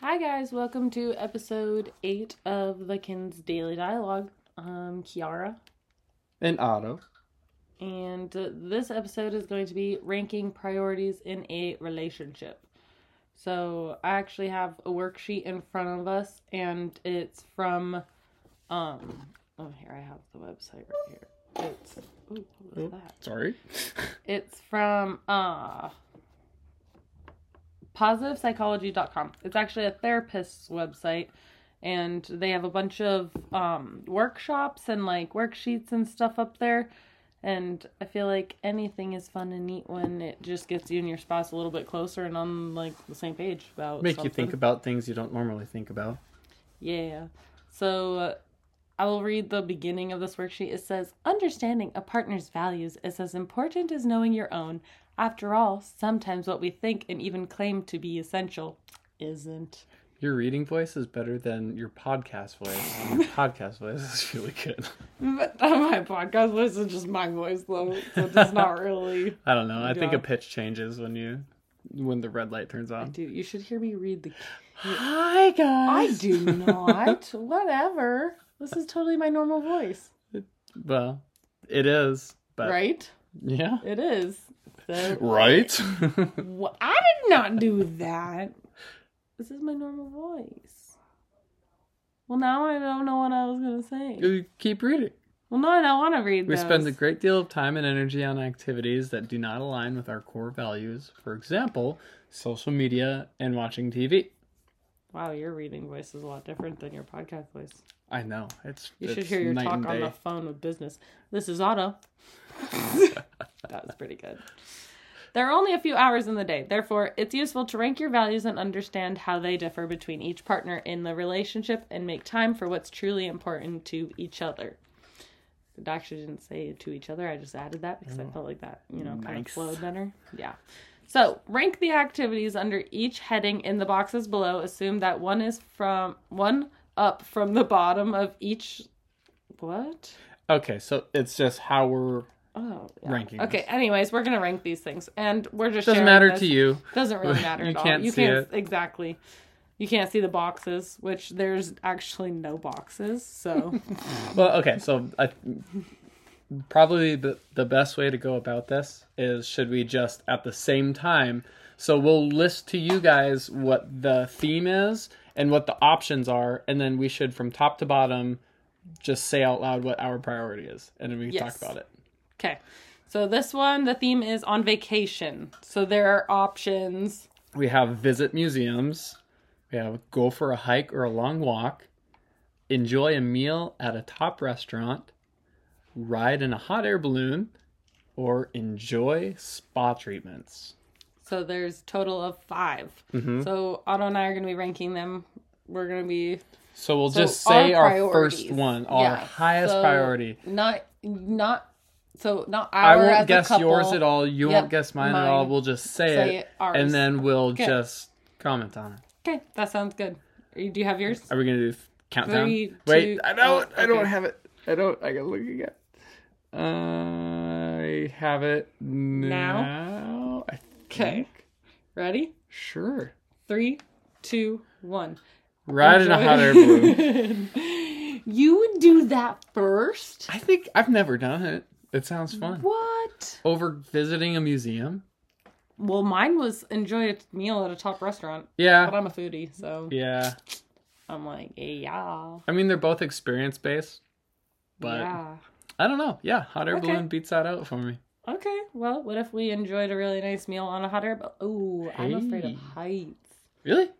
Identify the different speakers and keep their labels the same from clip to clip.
Speaker 1: Hi guys, welcome to episode eight of the Kins Daily Dialogue. I'm Kiara,
Speaker 2: And Otto.
Speaker 1: and uh, this episode is going to be ranking priorities in a relationship. So I actually have a worksheet in front of us, and it's from, um, oh here I have the website right here. It's ooh, what was
Speaker 2: Oh.
Speaker 1: that?
Speaker 2: Sorry.
Speaker 1: It's from uh positivepsychology.com. It's actually a therapist's website and they have a bunch of um workshops and like worksheets and stuff up there. And I feel like anything is fun and neat when it just gets you and your spouse a little bit closer and on like the same page about
Speaker 2: Make you
Speaker 1: something.
Speaker 2: think about things you don't normally think about.
Speaker 1: Yeah. So uh, I will read the beginning of this worksheet. It says, Understanding a partner's values is as important as knowing your own. After all, sometimes what we think and even claim to be essential isn't.
Speaker 2: Your reading voice is better than your podcast voice. And your podcast voice is really good.
Speaker 1: But my podcast voice is just my voice, though. So it's not really.
Speaker 2: I don't know. I think
Speaker 1: Yeah.
Speaker 2: a pitch changes when you when the red light turns on.
Speaker 1: Dude, you should hear me read the.
Speaker 2: Hi
Speaker 1: I
Speaker 2: guys.
Speaker 1: do not. Whatever. This is totally my normal voice.
Speaker 2: Well, it is. But
Speaker 1: right?
Speaker 2: yeah.
Speaker 1: It is. So-
Speaker 2: Right?
Speaker 1: Wha I did not do that. This is my normal voice. Well, now I don't know what I was gonna say.
Speaker 2: you keep reading.
Speaker 1: Well, no, I don't want to read.
Speaker 2: We
Speaker 1: those.
Speaker 2: spend a great deal of time and energy on activities that do not align with our core values. For example, social media and watching TV.
Speaker 1: Wow, your reading voice is a lot different than your podcast voice.
Speaker 2: I know. It's
Speaker 1: You should
Speaker 2: it's
Speaker 1: hear your
Speaker 2: night
Speaker 1: talk
Speaker 2: and
Speaker 1: on
Speaker 2: day.
Speaker 1: the phone with business. This is Otto. that was pretty good. There are only a few hours in the day, therefore, it's useful to rank your values and understand how they differ between each partner in the relationship and make time for what's truly important to each other. It actually didn't say to each other, I just added that because I felt like that, you know, kind of
Speaker 2: Oh. Nice.
Speaker 1: flowed better. Yeah. So, rank the activities under each heading in the boxes below. Assume that one is from one up from the bottom of each. What?
Speaker 2: Okay, so it's just how we're
Speaker 1: Oh, yeah.
Speaker 2: ranking.
Speaker 1: Okay.
Speaker 2: this.
Speaker 1: Anyways, we're gonna rank these things, and we're just
Speaker 2: Doesn't
Speaker 1: sharing
Speaker 2: matter
Speaker 1: this.
Speaker 2: to you.
Speaker 1: Doesn't really matter
Speaker 2: You
Speaker 1: at all.
Speaker 2: can't
Speaker 1: you
Speaker 2: see
Speaker 1: can't exactly. You can't see the boxes, which there's actually no boxes. So
Speaker 2: Well, okay, so I, probably the, the best way to go about this is should we just at the same time? So we'll list to you guys what the theme is and what the options are, and then we should from top to bottom just say out loud what our priority is, and then we can
Speaker 1: Yes.
Speaker 2: talk about it.
Speaker 1: okay. So this one, the theme is on vacation. So there are options.
Speaker 2: We have visit museums. We have go for a hike or a long walk. Enjoy a meal at a top restaurant. Ride in a hot air balloon. Or enjoy spa treatments.
Speaker 1: So there's total of 5
Speaker 2: Mhm.
Speaker 1: So Otto and I are gonna be ranking them. We're gonna be
Speaker 2: So we'll
Speaker 1: So
Speaker 2: just say
Speaker 1: our
Speaker 2: our
Speaker 1: priorities.
Speaker 2: first one, our
Speaker 1: Yeah.
Speaker 2: highest
Speaker 1: So
Speaker 2: priority.
Speaker 1: Not not so not
Speaker 2: I
Speaker 1: our as
Speaker 2: won't
Speaker 1: a
Speaker 2: guess
Speaker 1: couple.
Speaker 2: yours at all. You
Speaker 1: Yep,
Speaker 2: won't guess mine, at all.
Speaker 1: mine.
Speaker 2: We'll just say,
Speaker 1: Say
Speaker 2: it,
Speaker 1: ours.
Speaker 2: and then we'll
Speaker 1: Okay.
Speaker 2: just comment on it.
Speaker 1: Okay, that sounds good. Are you- Do you have yours?
Speaker 2: Are we gonna do th- countdown?
Speaker 1: Three,
Speaker 2: Wait,
Speaker 1: two-
Speaker 2: I don't.
Speaker 1: oh,
Speaker 2: I don't
Speaker 1: okay.
Speaker 2: have it. I don't. I gotta look again. I have it now. I
Speaker 1: Okay.
Speaker 2: think.
Speaker 1: Ready?
Speaker 2: Sure.
Speaker 1: Three, two, one.
Speaker 2: Ride in a
Speaker 1: Enjoy.
Speaker 2: hot air balloon.
Speaker 1: you do that first?
Speaker 2: I think I've never done it. It sounds fun.
Speaker 1: What?
Speaker 2: Over visiting a museum.
Speaker 1: Well, mine was enjoy a meal at a top restaurant, but
Speaker 2: Yeah.
Speaker 1: I'm a foodie, so
Speaker 2: Yeah.
Speaker 1: I'm like, yeah,
Speaker 2: I mean, they're both experience based, but
Speaker 1: yeah.
Speaker 2: I don't know. Yeah, hot air
Speaker 1: Okay.
Speaker 2: balloon beats that out for me.
Speaker 1: Okay, well, what if we enjoyed a really nice meal on a hot air balloon? Ooh, I'm afraid of
Speaker 2: Hey.
Speaker 1: heights.
Speaker 2: Really?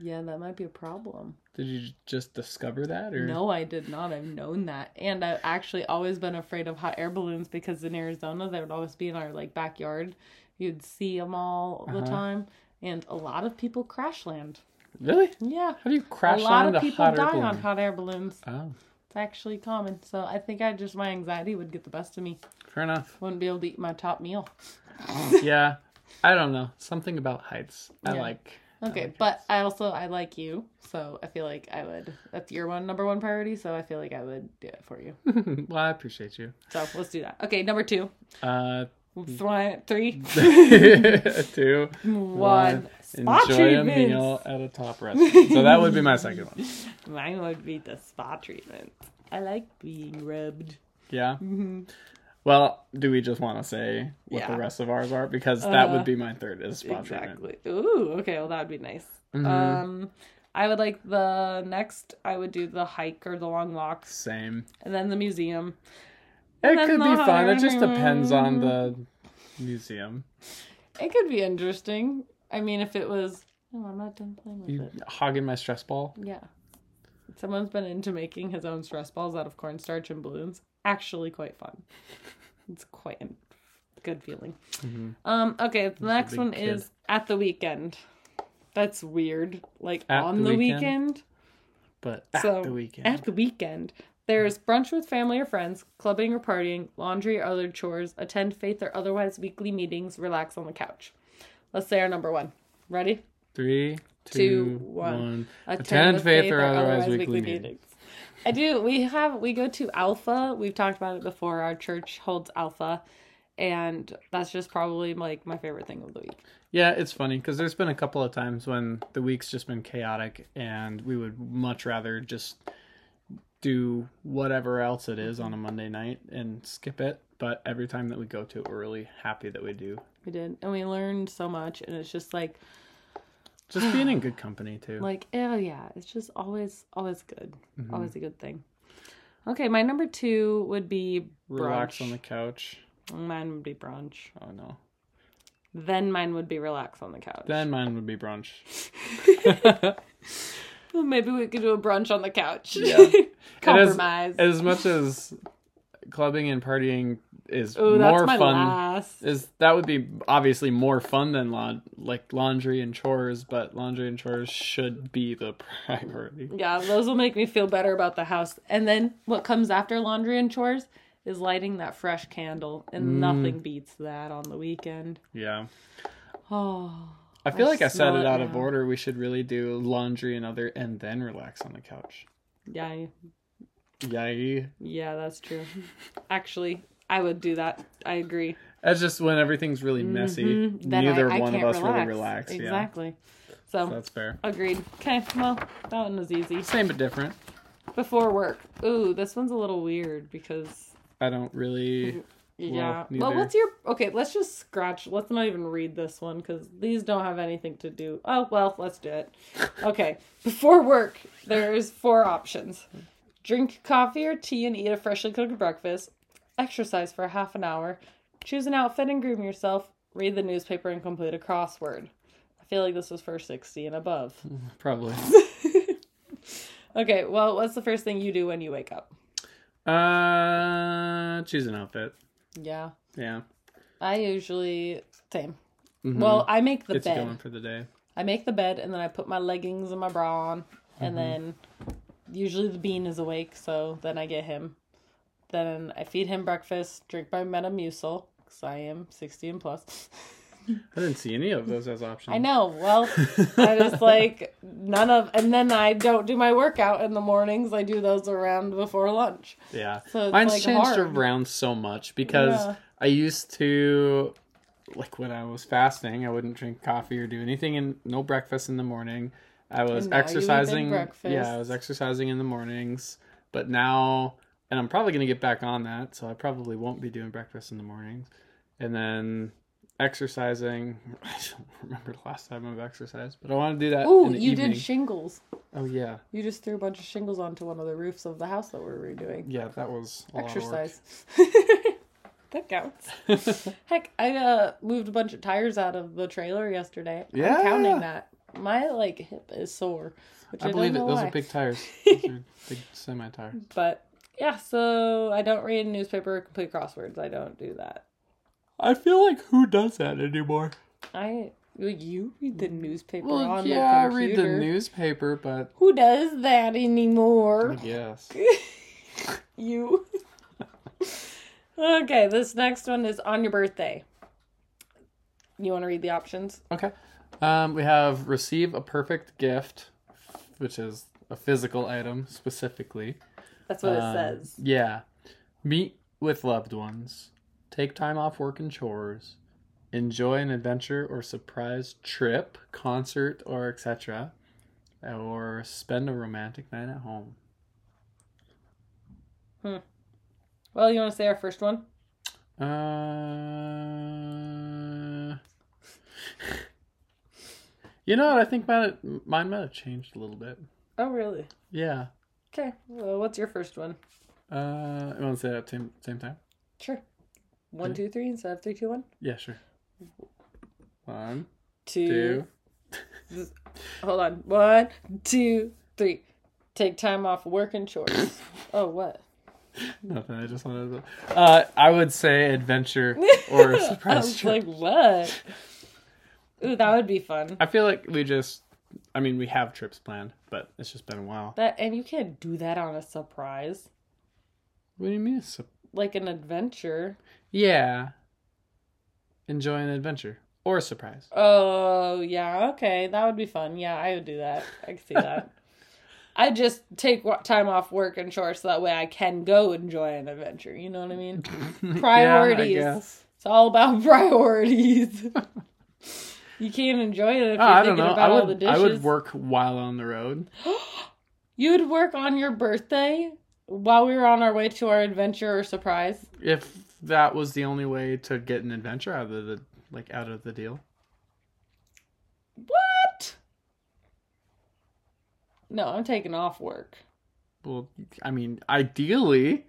Speaker 1: Yeah, that might be a problem.
Speaker 2: Did you just discover that, or
Speaker 1: No, I did not. I've known that. And I've actually always been afraid of hot air balloons because in Arizona, they would always be in our like backyard. You'd see them all the
Speaker 2: Uh-huh.
Speaker 1: time. And a lot of people crash land.
Speaker 2: really?
Speaker 1: Yeah.
Speaker 2: How do you crash
Speaker 1: a lot
Speaker 2: land
Speaker 1: of people
Speaker 2: hot
Speaker 1: die
Speaker 2: air balloon?
Speaker 1: on hot air balloons.
Speaker 2: Oh,
Speaker 1: It's actually common. So I think I just, my anxiety would get the best of me.
Speaker 2: fair enough.
Speaker 1: Wouldn't be able to eat my top meal.
Speaker 2: yeah i don't know something about heights i
Speaker 1: Yeah.
Speaker 2: like
Speaker 1: Okay,
Speaker 2: like
Speaker 1: but I also, I like you. So I feel like I would, that's your one, number one priority. So I feel like I would do it for you.
Speaker 2: well i appreciate you
Speaker 1: So let's do that. Okay, number two.
Speaker 2: uh
Speaker 1: Three, three,
Speaker 2: Two,
Speaker 1: one. Spa
Speaker 2: Enjoy a
Speaker 1: treatments.
Speaker 2: meal at a top restaurant. So that would be my second one.
Speaker 1: Mine would be the spa treatment. I like being rubbed.
Speaker 2: Yeah. Well, do we just want to say what
Speaker 1: Mm-hmm. Yeah.
Speaker 2: the rest of ours are? Because that
Speaker 1: Uh,
Speaker 2: would be my third is spot treatment.
Speaker 1: Exactly. Ooh, okay, well that would be nice.
Speaker 2: Mhm.
Speaker 1: Um I would like the next I would do the hike or the long walks
Speaker 2: Same.
Speaker 1: and then the museum.
Speaker 2: It
Speaker 1: that's
Speaker 2: could be
Speaker 1: not how
Speaker 2: fun.
Speaker 1: they're
Speaker 2: It just
Speaker 1: doing it.
Speaker 2: depends on the museum.
Speaker 1: It could be interesting. I mean if it was No, I'm not done playing with
Speaker 2: You
Speaker 1: it.
Speaker 2: hogging my stress ball?
Speaker 1: Yeah. Someone's been into making his own stress balls out of cornstarch and balloons. Actually quite fun. It's quite a good feeling.
Speaker 2: Mhm.
Speaker 1: Um, okay, the next
Speaker 2: big
Speaker 1: one
Speaker 2: kid.
Speaker 1: is at the weekend. That's weird. Like
Speaker 2: At
Speaker 1: on
Speaker 2: the
Speaker 1: the
Speaker 2: weekend?
Speaker 1: weekend?
Speaker 2: But at
Speaker 1: So,
Speaker 2: the weekend.
Speaker 1: At the weekend, there is brunch with family or friends, clubbing or partying, laundry or other chores, attend faith or otherwise weekly meetings, relax on the couch. Let's say our number one. Ready?
Speaker 2: Three,
Speaker 1: Two,
Speaker 2: two,
Speaker 1: one.
Speaker 2: one.
Speaker 1: Attend
Speaker 2: Attend
Speaker 1: with
Speaker 2: faith or otherwise weekly meetings.
Speaker 1: I do. We have we go to Alpha. We've talked about it before. Our church holds Alpha, and that's just probably like my favorite thing of the week.
Speaker 2: Yeah, it's funny because there's been a couple of times when the week's just been chaotic, and we would much rather just do whatever else it is on a Monday night and skip it. But every time that we go to it, we're really happy that we do.
Speaker 1: We did, and we learned so much. And it's just like
Speaker 2: Just being in good company too.
Speaker 1: like oh yeah it's just always always good
Speaker 2: Mm-hmm.
Speaker 1: always a good thing okay my number two would be brunch
Speaker 2: Relax on the couch.
Speaker 1: mine would be brunch
Speaker 2: Oh no.
Speaker 1: then mine would be relax on the couch
Speaker 2: Then mine would be brunch.
Speaker 1: Well, maybe we could do a brunch on the couch
Speaker 2: Yeah. And And as-
Speaker 1: compromise
Speaker 2: As, much as clubbing and partying is
Speaker 1: oh that's
Speaker 2: more
Speaker 1: my
Speaker 2: fun.
Speaker 1: last
Speaker 2: is that would be obviously more fun than laun- like laundry and chores, but laundry and chores should be the priority.
Speaker 1: yeah those will make me feel better about the house and then what comes after laundry and chores is lighting that fresh candle and
Speaker 2: Mm.
Speaker 1: nothing beats that on the weekend
Speaker 2: Yeah.
Speaker 1: oh
Speaker 2: I feel
Speaker 1: I
Speaker 2: like I said
Speaker 1: smell
Speaker 2: it
Speaker 1: it
Speaker 2: out of
Speaker 1: now.
Speaker 2: order. We should really do laundry and other and then relax on the couch.
Speaker 1: yeah
Speaker 2: Yay.
Speaker 1: Yeah, that's true. Actually, I would do that. I agree.
Speaker 2: That's just when everything's really messy.
Speaker 1: Mhm. Then
Speaker 2: Neither
Speaker 1: I- I
Speaker 2: one of
Speaker 1: can't
Speaker 2: us really relax.
Speaker 1: Exactly.
Speaker 2: Yeah.
Speaker 1: So,
Speaker 2: So that's fair.
Speaker 1: agreed. Okay, well, that one was easy.
Speaker 2: Same but different.
Speaker 1: Before work. Ooh, this one's a little weird because
Speaker 2: I don't really
Speaker 1: yeah. Well,
Speaker 2: neither.
Speaker 1: what's your okay? Let's just scratch. Let's not even read this one because these don't have anything to do. Oh well, let's do it. Okay, before work, there's four options: drink coffee or tea and eat a freshly cooked breakfast, exercise for half an hour, choose an outfit and groom yourself, read the newspaper and complete a crossword. I feel like this was for sixty and above.
Speaker 2: Hmm. probably.
Speaker 1: Okay, well, what's the first thing you do when you wake up?
Speaker 2: uh choose an outfit.
Speaker 1: Yeah,
Speaker 2: Yeah.
Speaker 1: I usually same.
Speaker 2: Mhm.
Speaker 1: Well, I make the
Speaker 2: it's
Speaker 1: bed.
Speaker 2: going for the day.
Speaker 1: I make the bed and then I put my leggings and my bra on,
Speaker 2: Mm-hmm.
Speaker 1: and then usually the bean is awake, so then I get him. Then I feed him breakfast, drink my Metamucil because I am sixty and plus.
Speaker 2: I didn't see any of those as options.
Speaker 1: I know. Well, I was like none of, and then I don't do my workout in the mornings. I do those around before lunch.
Speaker 2: Yeah.
Speaker 1: So it's,
Speaker 2: Mine's
Speaker 1: like,
Speaker 2: changed
Speaker 1: hard.
Speaker 2: around so much because
Speaker 1: Yeah.
Speaker 2: I used to like when I was fasting, I wouldn't drink coffee or do anything and no breakfast in the morning. I
Speaker 1: And
Speaker 2: was
Speaker 1: now you eat big
Speaker 2: exercising.
Speaker 1: breakfast.
Speaker 2: Yeah, I was exercising in the mornings, but now and I'm probably going to get back on that, so I probably won't be doing breakfast in the mornings. And then exercising. I don't remember the last time I've exercised, but I want to do that
Speaker 1: Ooh,
Speaker 2: in the
Speaker 1: you
Speaker 2: evening.
Speaker 1: did shingles.
Speaker 2: oh yeah.
Speaker 1: You just threw a bunch of shingles onto one of the roofs of the house that we're redoing.
Speaker 2: Yeah, that was a lot of work.
Speaker 1: exercise. that counts. Heck, I uh, moved a bunch of tires out of the trailer yesterday.
Speaker 2: Yeah.
Speaker 1: I'm counting that. My like hip is sore, which I,
Speaker 2: I believe it.
Speaker 1: don't know
Speaker 2: Those
Speaker 1: why.
Speaker 2: are big tires. Those are big semi tires.
Speaker 1: But yeah, so I don't read a newspaper or complete crosswords. I don't do that.
Speaker 2: I feel like who does that anymore?
Speaker 1: I well, you read the newspaper
Speaker 2: Well,
Speaker 1: on
Speaker 2: yeah, I
Speaker 1: the
Speaker 2: read
Speaker 1: computer.
Speaker 2: the newspaper, but
Speaker 1: Who does that anymore?
Speaker 2: yes,
Speaker 1: you. okay, this next one is on your birthday. You want to read the options?
Speaker 2: okay. Um, we have receive a perfect gift, which is a physical item specifically.
Speaker 1: That's what it
Speaker 2: Um,
Speaker 1: says.
Speaker 2: Yeah, meet with loved ones, take time off work and chores, enjoy an adventure or surprise trip, concert, or etc., or spend a romantic night at home.
Speaker 1: Well, you want to say our first one?
Speaker 2: Uh, you know what? I think mine mine might have changed a little bit.
Speaker 1: Oh, really?
Speaker 2: Yeah.
Speaker 1: Okay. Well, what's your first one?
Speaker 2: Uh, you want to say that same same time?
Speaker 1: Sure. One, two, three instead of three, two, one.
Speaker 2: Yeah, sure. One,
Speaker 1: Two.
Speaker 2: two.
Speaker 1: Hold on. One, two, three. Take time off work and chores. oh, what?
Speaker 2: Nothing. I just wanted to. Uh, I would say adventure or
Speaker 1: I
Speaker 2: surprise
Speaker 1: was like,
Speaker 2: trip.
Speaker 1: what? Ooh, that would be fun.
Speaker 2: I feel like we just. I mean, we have trips planned, but it's just been a while.
Speaker 1: That and you can't do that on a surprise,
Speaker 2: What do you mean? Su-
Speaker 1: like an adventure.
Speaker 2: yeah. Enjoy an adventure or a surprise.
Speaker 1: Oh yeah, okay, that would be fun. Yeah, I would do that. I could see that. I just take wa- time off work and chores so that way I can go enjoy an adventure. You know what I mean? Priorities.
Speaker 2: Yeah, I guess.
Speaker 1: It's all about priorities. you can't enjoy it if you're
Speaker 2: Oh, I don't
Speaker 1: thinking
Speaker 2: know.
Speaker 1: about
Speaker 2: I
Speaker 1: all the
Speaker 2: would.
Speaker 1: dishes.
Speaker 2: I would work while on the road.
Speaker 1: You'd work on your birthday while we were on our way to our adventure or surprise.
Speaker 2: If that was the only way to get an adventure out of the like out of the deal.
Speaker 1: What? No, I'm taking off work.
Speaker 2: Well, I mean, ideally.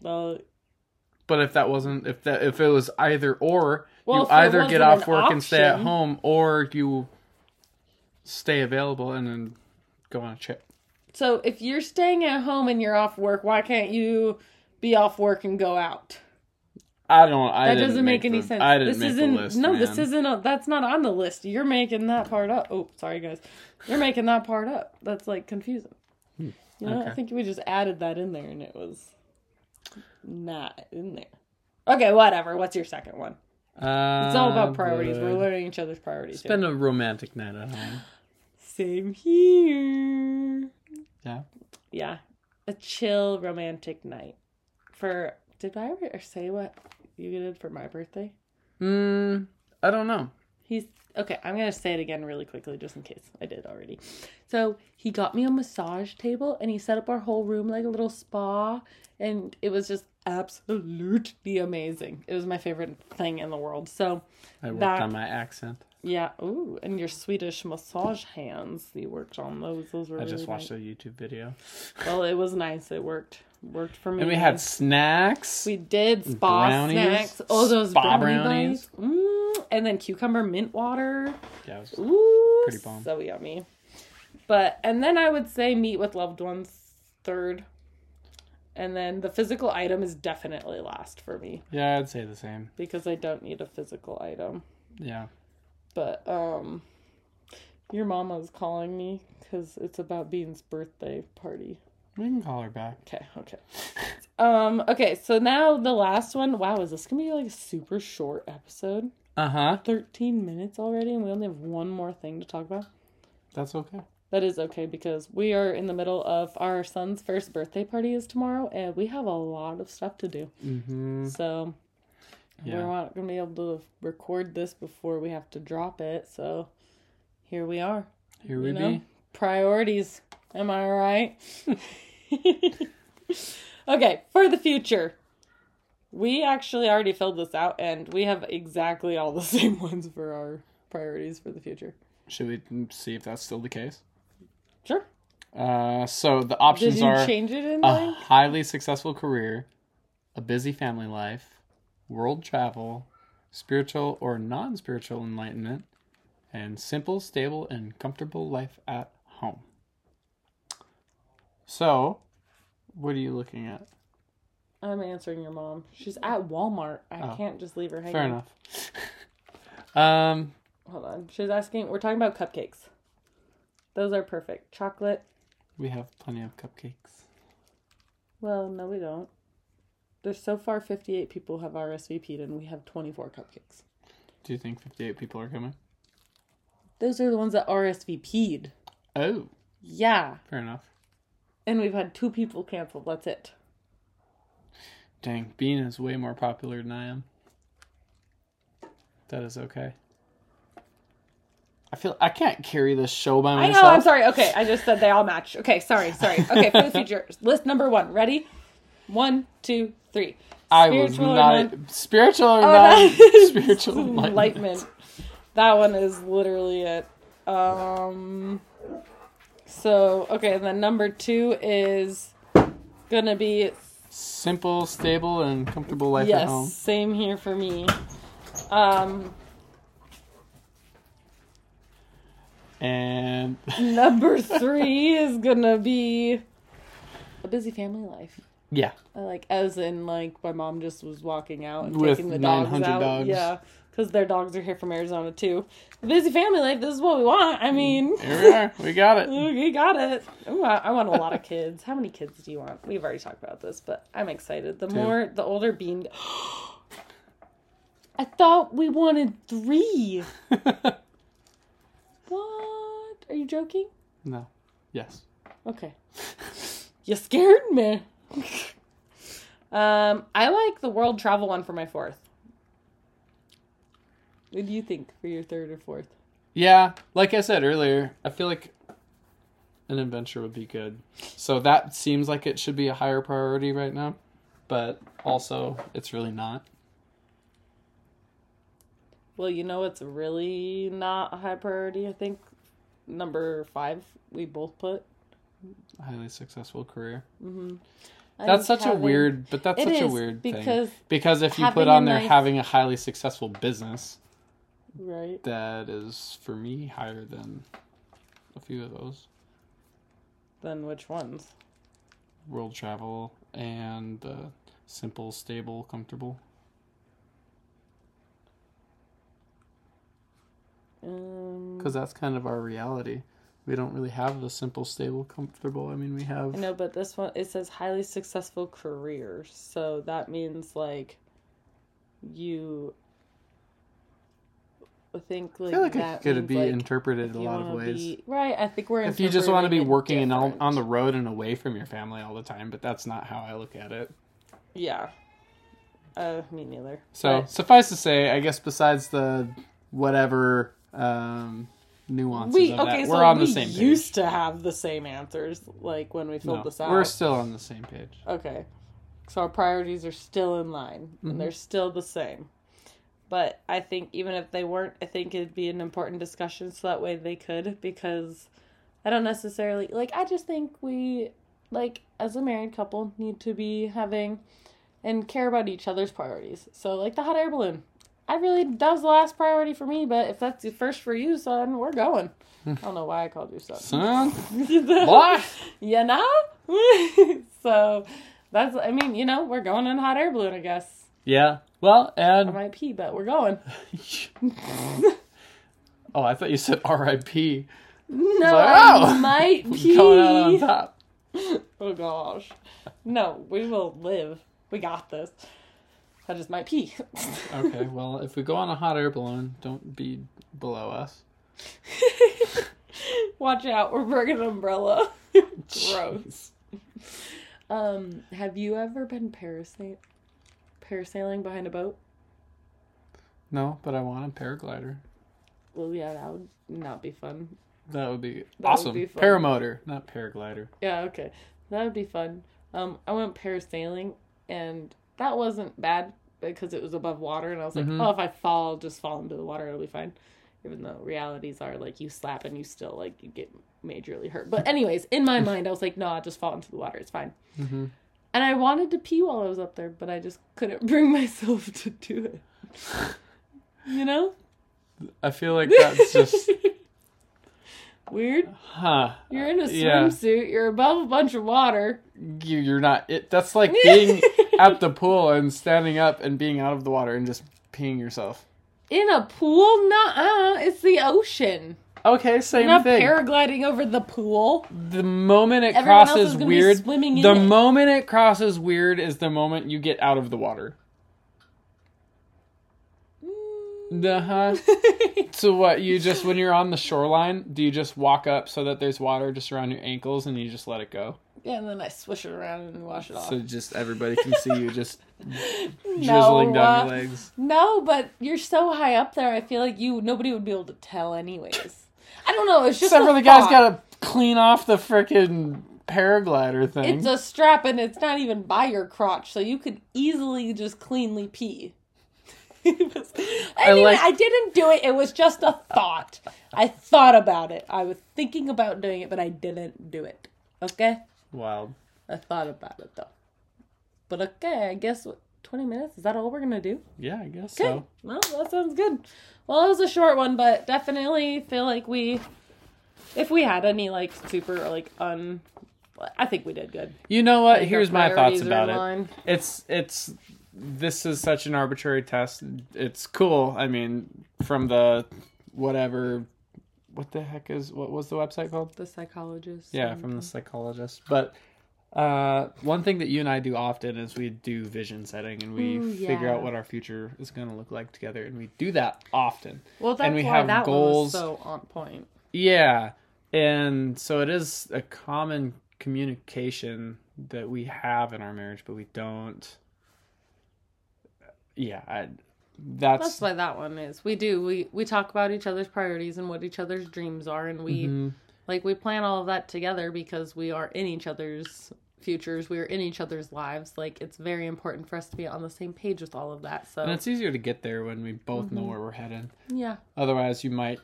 Speaker 1: Well,
Speaker 2: But if that wasn't if that if it was either or,
Speaker 1: Well,
Speaker 2: you
Speaker 1: if there
Speaker 2: either
Speaker 1: wasn't
Speaker 2: get off
Speaker 1: an
Speaker 2: work and stay at
Speaker 1: option-
Speaker 2: home, or you stay available and then go on a trip.
Speaker 1: So if you're staying at home and you're off work, why can't you be off work and go out?
Speaker 2: I don't. I
Speaker 1: That
Speaker 2: didn't
Speaker 1: doesn't make, any
Speaker 2: the-
Speaker 1: sense.
Speaker 2: I didn't
Speaker 1: this
Speaker 2: make
Speaker 1: isn't
Speaker 2: the list.
Speaker 1: no, this
Speaker 2: man.
Speaker 1: isn't. A, that's not on the list. You're making that part up. Oh, sorry guys, you're making that part up. That's like confusing. You know, I
Speaker 2: Hmm, okay.
Speaker 1: think we just added that in there, and it was not in there. Okay, whatever. What's your second one? It's all
Speaker 2: Uh,
Speaker 1: about priorities. We're
Speaker 2: the-
Speaker 1: learning each other's priorities. here.
Speaker 2: Spend a romantic night at home.
Speaker 1: Same here.
Speaker 2: Yeah.
Speaker 1: yeah, a chill romantic night. For did I ever say what you did for my birthday?
Speaker 2: Mm, I don't know.
Speaker 1: He's okay. I'm gonna say it again really quickly, just in case I did already. So he got me a massage table, and he set up our whole room like a little spa, and it was just absolutely amazing. It was my favorite thing in the world. So
Speaker 2: I worked
Speaker 1: That-
Speaker 2: on my accent.
Speaker 1: yeah, ooh, and your Swedish massage hands. You worked on those. Those were.
Speaker 2: I just
Speaker 1: really
Speaker 2: watched
Speaker 1: nice.
Speaker 2: a YouTube video,
Speaker 1: Well, it was nice. It worked. Worked for me.
Speaker 2: and we had snacks.
Speaker 1: We did spa
Speaker 2: Brownies,
Speaker 1: snacks. Oh, those
Speaker 2: spa
Speaker 1: brownie
Speaker 2: brownies.
Speaker 1: bites. Mm, and then cucumber mint water.
Speaker 2: yeah, it was-
Speaker 1: Ooh,
Speaker 2: Pretty bomb.
Speaker 1: so yummy. But and then I would say meet with loved ones third, and then the physical item is definitely last for me
Speaker 2: yeah, I'd say the same.
Speaker 1: because I don't need a physical item.
Speaker 2: Yeah.
Speaker 1: But um, your mama's calling me because it's about Bean's birthday party.
Speaker 2: We can call her back.
Speaker 1: Okay, okay. Um, okay, so now the last one. Wow, is this gonna be like a super short episode?
Speaker 2: Uh
Speaker 1: Uh-huh.
Speaker 2: huh.
Speaker 1: 13 minutes already, and we only have one more thing to talk about.
Speaker 2: That's okay.
Speaker 1: That is okay because we are in the middle of our son's first birthday party is tomorrow, and we have a lot of stuff to do.
Speaker 2: Mm-hmm.
Speaker 1: So
Speaker 2: Yeah.
Speaker 1: we're not gonna be able to record this before we have to drop it. So here we are.
Speaker 2: Here we
Speaker 1: you know
Speaker 2: be.
Speaker 1: priorities am i right okay for the future we actually already filled this out and we have exactly all the same ones for our priorities for the future
Speaker 2: Should we see if that's still the case?
Speaker 1: sure
Speaker 2: Uh, so the
Speaker 1: did
Speaker 2: options
Speaker 1: you
Speaker 2: are
Speaker 1: change it in
Speaker 2: a
Speaker 1: line
Speaker 2: Uh, highly successful career, a busy family life, world travel, spiritual or non spiritual enlightenment, and simple, stable, and comfortable life at home. So, what are you looking at?
Speaker 1: i'm answering your mom she's at walmart i
Speaker 2: Mm. Oh.
Speaker 1: can't just leave her hanging
Speaker 2: Fair enough. um,
Speaker 1: hold on she's asking we're talking about cupcakes those are perfect chocolate
Speaker 2: we have plenty of cupcakes.
Speaker 1: well no we don't there's so far 58 people have rsvp'd and we have 24 cupcakes
Speaker 2: Do you think 58 people are coming?
Speaker 1: Those are the ones that RSVP'd.
Speaker 2: Oh,
Speaker 1: Yeah.
Speaker 2: fair enough.
Speaker 1: And we've had two people canceled. That's it.
Speaker 2: Dang, Bean is way more popular than I am. That is okay. I feel I can't carry this show by
Speaker 1: I
Speaker 2: myself.
Speaker 1: know. I'm sorry. Okay, I just said they all match. Okay, sorry, sorry. Okay, for the future, list number one. Ready? One, two, three.
Speaker 2: I was
Speaker 1: Spiritual or
Speaker 2: not spiritual or
Speaker 1: Oh,
Speaker 2: not
Speaker 1: that-
Speaker 2: spiritual enlightenment.
Speaker 1: enlightenment. That one is literally it. Um. So okay, and then number two is gonna be
Speaker 2: Simple, stable, and comfortable life at home.
Speaker 1: yes, same here for me. Um,
Speaker 2: And
Speaker 1: number three is gonna be a busy family life.
Speaker 2: yeah,
Speaker 1: I Like as in like my mom just was walking out and
Speaker 2: With
Speaker 1: taking the dogs
Speaker 2: 900
Speaker 1: out.
Speaker 2: dogs.
Speaker 1: Yeah, because their dogs are here from Arizona too. Busy family life. This is what we want. I mean,
Speaker 2: here we are. We got it.
Speaker 1: Ooh, you got it. Ooh, I, I want a lot of kids. How many kids do you want? We've already talked about this, but I'm excited. The more, the older Bean. I thought we wanted three. What? Are you joking?
Speaker 2: no. Yes.
Speaker 1: Okay. You scared me. um, I like the world travel one for my fourth. What do you think for your third or fourth?
Speaker 2: Yeah, like I said earlier, I feel like an adventure would be good. So that seems like it should be a higher priority right now, but also it's really not.
Speaker 1: Well, you know it's really not a high priority. I think number five we both put.
Speaker 2: A highly successful career.
Speaker 1: I think
Speaker 2: That's such a
Speaker 1: having-
Speaker 2: weird, but that's
Speaker 1: It
Speaker 2: such a
Speaker 1: is,
Speaker 2: weird
Speaker 1: because
Speaker 2: thing. Because if you
Speaker 1: having
Speaker 2: put
Speaker 1: a
Speaker 2: on there
Speaker 1: nice-
Speaker 2: having a highly successful business,
Speaker 1: right.
Speaker 2: that is for me higher than a few of those.
Speaker 1: Then which ones?
Speaker 2: World travel and uh, simple, stable, comfortable.
Speaker 1: Um,
Speaker 2: because that's kind of our reality. We don't really have the simple, stable, comfortable. I mean, we have.
Speaker 1: I know, but this one it says highly successful career, so that means like you. I think
Speaker 2: I
Speaker 1: like
Speaker 2: feel like it
Speaker 1: that
Speaker 2: could
Speaker 1: means,
Speaker 2: be
Speaker 1: like,
Speaker 2: interpreted
Speaker 1: if
Speaker 2: a
Speaker 1: you
Speaker 2: lot of
Speaker 1: wanna
Speaker 2: ways.
Speaker 1: be- right, I think we're.
Speaker 2: if you just want to be
Speaker 1: interpreting it
Speaker 2: working and on, on the
Speaker 1: different.
Speaker 2: road and away from your family all the time, but that's not how I look at it.
Speaker 1: yeah. Uh, me neither.
Speaker 2: So
Speaker 1: But-
Speaker 2: suffice to say, I guess besides the whatever um, nuances
Speaker 1: we
Speaker 2: of
Speaker 1: okay
Speaker 2: that,
Speaker 1: so
Speaker 2: we're on
Speaker 1: we
Speaker 2: the same page.
Speaker 1: used to have the same answers like when we filled
Speaker 2: No,
Speaker 1: this out
Speaker 2: We're still on the same page.
Speaker 1: okay so our priorities are still in line and they're still the same but i think even if they weren't i think it'd be an important discussion so that way they could because i don't necessarily like i just think we like as a married couple need to be having and care about each other's priorities so like the hot air balloon i really that was the last priority for me but if that's the first for you son we're going i don't know why i called you son
Speaker 2: Son, what?
Speaker 1: you know? so that's I mean, you know, we're going in a hot air balloon, I guess.
Speaker 2: Yeah. Well,
Speaker 1: I
Speaker 2: and
Speaker 1: might pee, but we're going.
Speaker 2: oh, I thought you said R.I.P.
Speaker 1: No,
Speaker 2: like,
Speaker 1: I
Speaker 2: oh,
Speaker 1: might pee.
Speaker 2: Going out on top.
Speaker 1: Oh gosh. No, we will live. We got this. I just might pee.
Speaker 2: Okay, well, if we go on a hot air balloon, don't be below us.
Speaker 1: Watch out, we're bringing an umbrella. Gross. Um, have you ever been parasail parasailing behind a boat?
Speaker 2: No, but I want a paraglider.
Speaker 1: Well, yeah, that would not be fun.
Speaker 2: That would be
Speaker 1: would
Speaker 2: awesome.
Speaker 1: be fun.
Speaker 2: Paramotor, not paraglider.
Speaker 1: Yeah, okay. That would be fun. Um, I went parasailing and that wasn't bad because it was above water and I was like,
Speaker 2: Mhm.
Speaker 1: oh, if I fall, just fall into the water, it'll be fine. Even though realities are like you slap and you still like you get majorly hurt. But anyways, in my mind, I was like, no, I'll just fall into the water. It's fine.
Speaker 2: Mm-hmm.
Speaker 1: And I wanted to pee while I was up there, but I just couldn't bring myself to do it. You know?
Speaker 2: I feel like that's just,
Speaker 1: Weird.
Speaker 2: huh?
Speaker 1: You're in a
Speaker 2: Yeah.
Speaker 1: swimsuit. You're above a bunch of water.
Speaker 2: You, you're not. It. That's like being at the pool and standing up and being out of the water and just peeing yourself.
Speaker 1: In a pool? Nuh-uh. It's the ocean.
Speaker 2: Okay, same
Speaker 1: You're not
Speaker 2: thing.
Speaker 1: paragliding over the pool.
Speaker 2: the moment it
Speaker 1: Everyone else is
Speaker 2: crosses
Speaker 1: gonna be
Speaker 2: weird,
Speaker 1: swimming in
Speaker 2: the
Speaker 1: it.
Speaker 2: moment it crosses weird is the moment you get out of the water. Uh huh. So what you just when you're on the shoreline, do you just walk up so that there's water just around your ankles and you just let it go?
Speaker 1: Yeah, and then I swish it around and wash it off.
Speaker 2: So just everybody can see you just drizzling
Speaker 1: no,
Speaker 2: down
Speaker 1: uh,
Speaker 2: your legs.
Speaker 1: no, but you're so high up there. I feel like you nobody would be able to tell, anyways. I don't know. It's just
Speaker 2: Except
Speaker 1: a
Speaker 2: for the guy's
Speaker 1: thought.
Speaker 2: got to clean off the frickin' paraglider thing.
Speaker 1: It's a strap and it's not even by your crotch, so you could easily just cleanly pee. It was- anyway,
Speaker 2: like-
Speaker 1: I didn't do it. It was just a thought. I thought about it. I was thinking about doing it, but I didn't do it. Okay?
Speaker 2: Wild.
Speaker 1: I thought about it though. But okay, I guess what, 20 minutes? Is that all we're going to do?
Speaker 2: Yeah, I guess
Speaker 1: Okay.
Speaker 2: so.
Speaker 1: Well, that sounds good. Well, it was a short one, but definitely feel like we, if we had any like super like un, I think we did good.
Speaker 2: You know what?
Speaker 1: Like, our
Speaker 2: Here's my thoughts
Speaker 1: priorities are
Speaker 2: about
Speaker 1: in
Speaker 2: it.
Speaker 1: line.
Speaker 2: It's it's this is such an arbitrary test. It's cool. I mean, from the whatever what the heck is what was the website called?
Speaker 1: The psychologist.
Speaker 2: Yeah, from the psychologist. But uh, one thing that you and I do often is we do vision setting and we
Speaker 1: Ooh,
Speaker 2: figure
Speaker 1: yeah.
Speaker 2: out what our future is going to look like together, and we do that often.
Speaker 1: Well, that's
Speaker 2: and we
Speaker 1: why
Speaker 2: have
Speaker 1: that
Speaker 2: goals.
Speaker 1: one was so on point.
Speaker 2: Yeah, and so it is a common communication that we have in our marriage, but we don't. Yeah, I, that's,
Speaker 1: That's why that one is. We do. We we talk about each other's priorities and what each other's dreams are, and we
Speaker 2: Mhm.
Speaker 1: like we plan all of that together because we are in each other's futures. We are in each other's lives. Like it's very important for us to be on the same page with all of that. So
Speaker 2: and it's easier to get there when we both know
Speaker 1: Mm-hmm.
Speaker 2: where we're headed.
Speaker 1: yeah,
Speaker 2: Otherwise, you might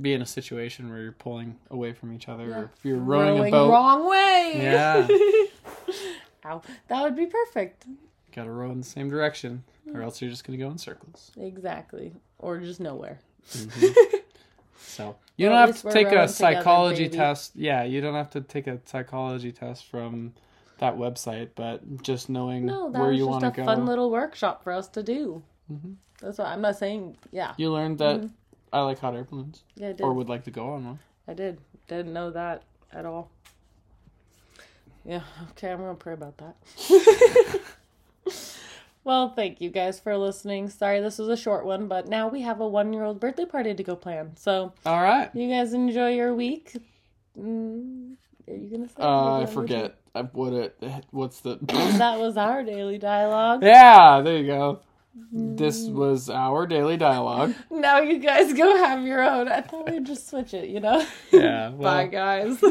Speaker 2: be in a situation where you're pulling away from each other,
Speaker 1: Yeah.
Speaker 2: or if you're rowing, a boat,
Speaker 1: wrong way.
Speaker 2: Yeah.
Speaker 1: Ow. That would be perfect.
Speaker 2: gotta row in the same direction,
Speaker 1: Hmm.
Speaker 2: or else you're just gonna go in circles.
Speaker 1: Exactly. Or just nowhere.
Speaker 2: So you
Speaker 1: Well, at
Speaker 2: don't have
Speaker 1: least
Speaker 2: to
Speaker 1: we're rowing
Speaker 2: take a
Speaker 1: together,
Speaker 2: psychology
Speaker 1: baby.
Speaker 2: test. Yeah, you don't have to take a psychology test from that website, but just knowing
Speaker 1: No, that
Speaker 2: where
Speaker 1: was
Speaker 2: you
Speaker 1: just
Speaker 2: want to
Speaker 1: a
Speaker 2: go. Mm-hmm.
Speaker 1: fun little workshop for us to do. That's what I'm not saying. Yeah,
Speaker 2: You learned that I like hot air balloons,
Speaker 1: yeah, I Mm-hmm. did.
Speaker 2: or would like to go on one.
Speaker 1: I did. Didn't know that at all. Yeah, okay, I'm gonna pray about that. well, thank you guys for listening. Sorry this was a short one, but now we have a one year old birthday party to go plan. So
Speaker 2: All right.
Speaker 1: you guys enjoy your week. Mm, are you gonna say it
Speaker 2: Uh, I
Speaker 1: again?
Speaker 2: forget. I, what it? What's the?
Speaker 1: That was our daily dialogue.
Speaker 2: yeah, there you go. This
Speaker 1: Mm.
Speaker 2: was our daily dialogue.
Speaker 1: Now you guys go have your own. I thought we'd just switch it, you know?
Speaker 2: Yeah.
Speaker 1: Bye, guys.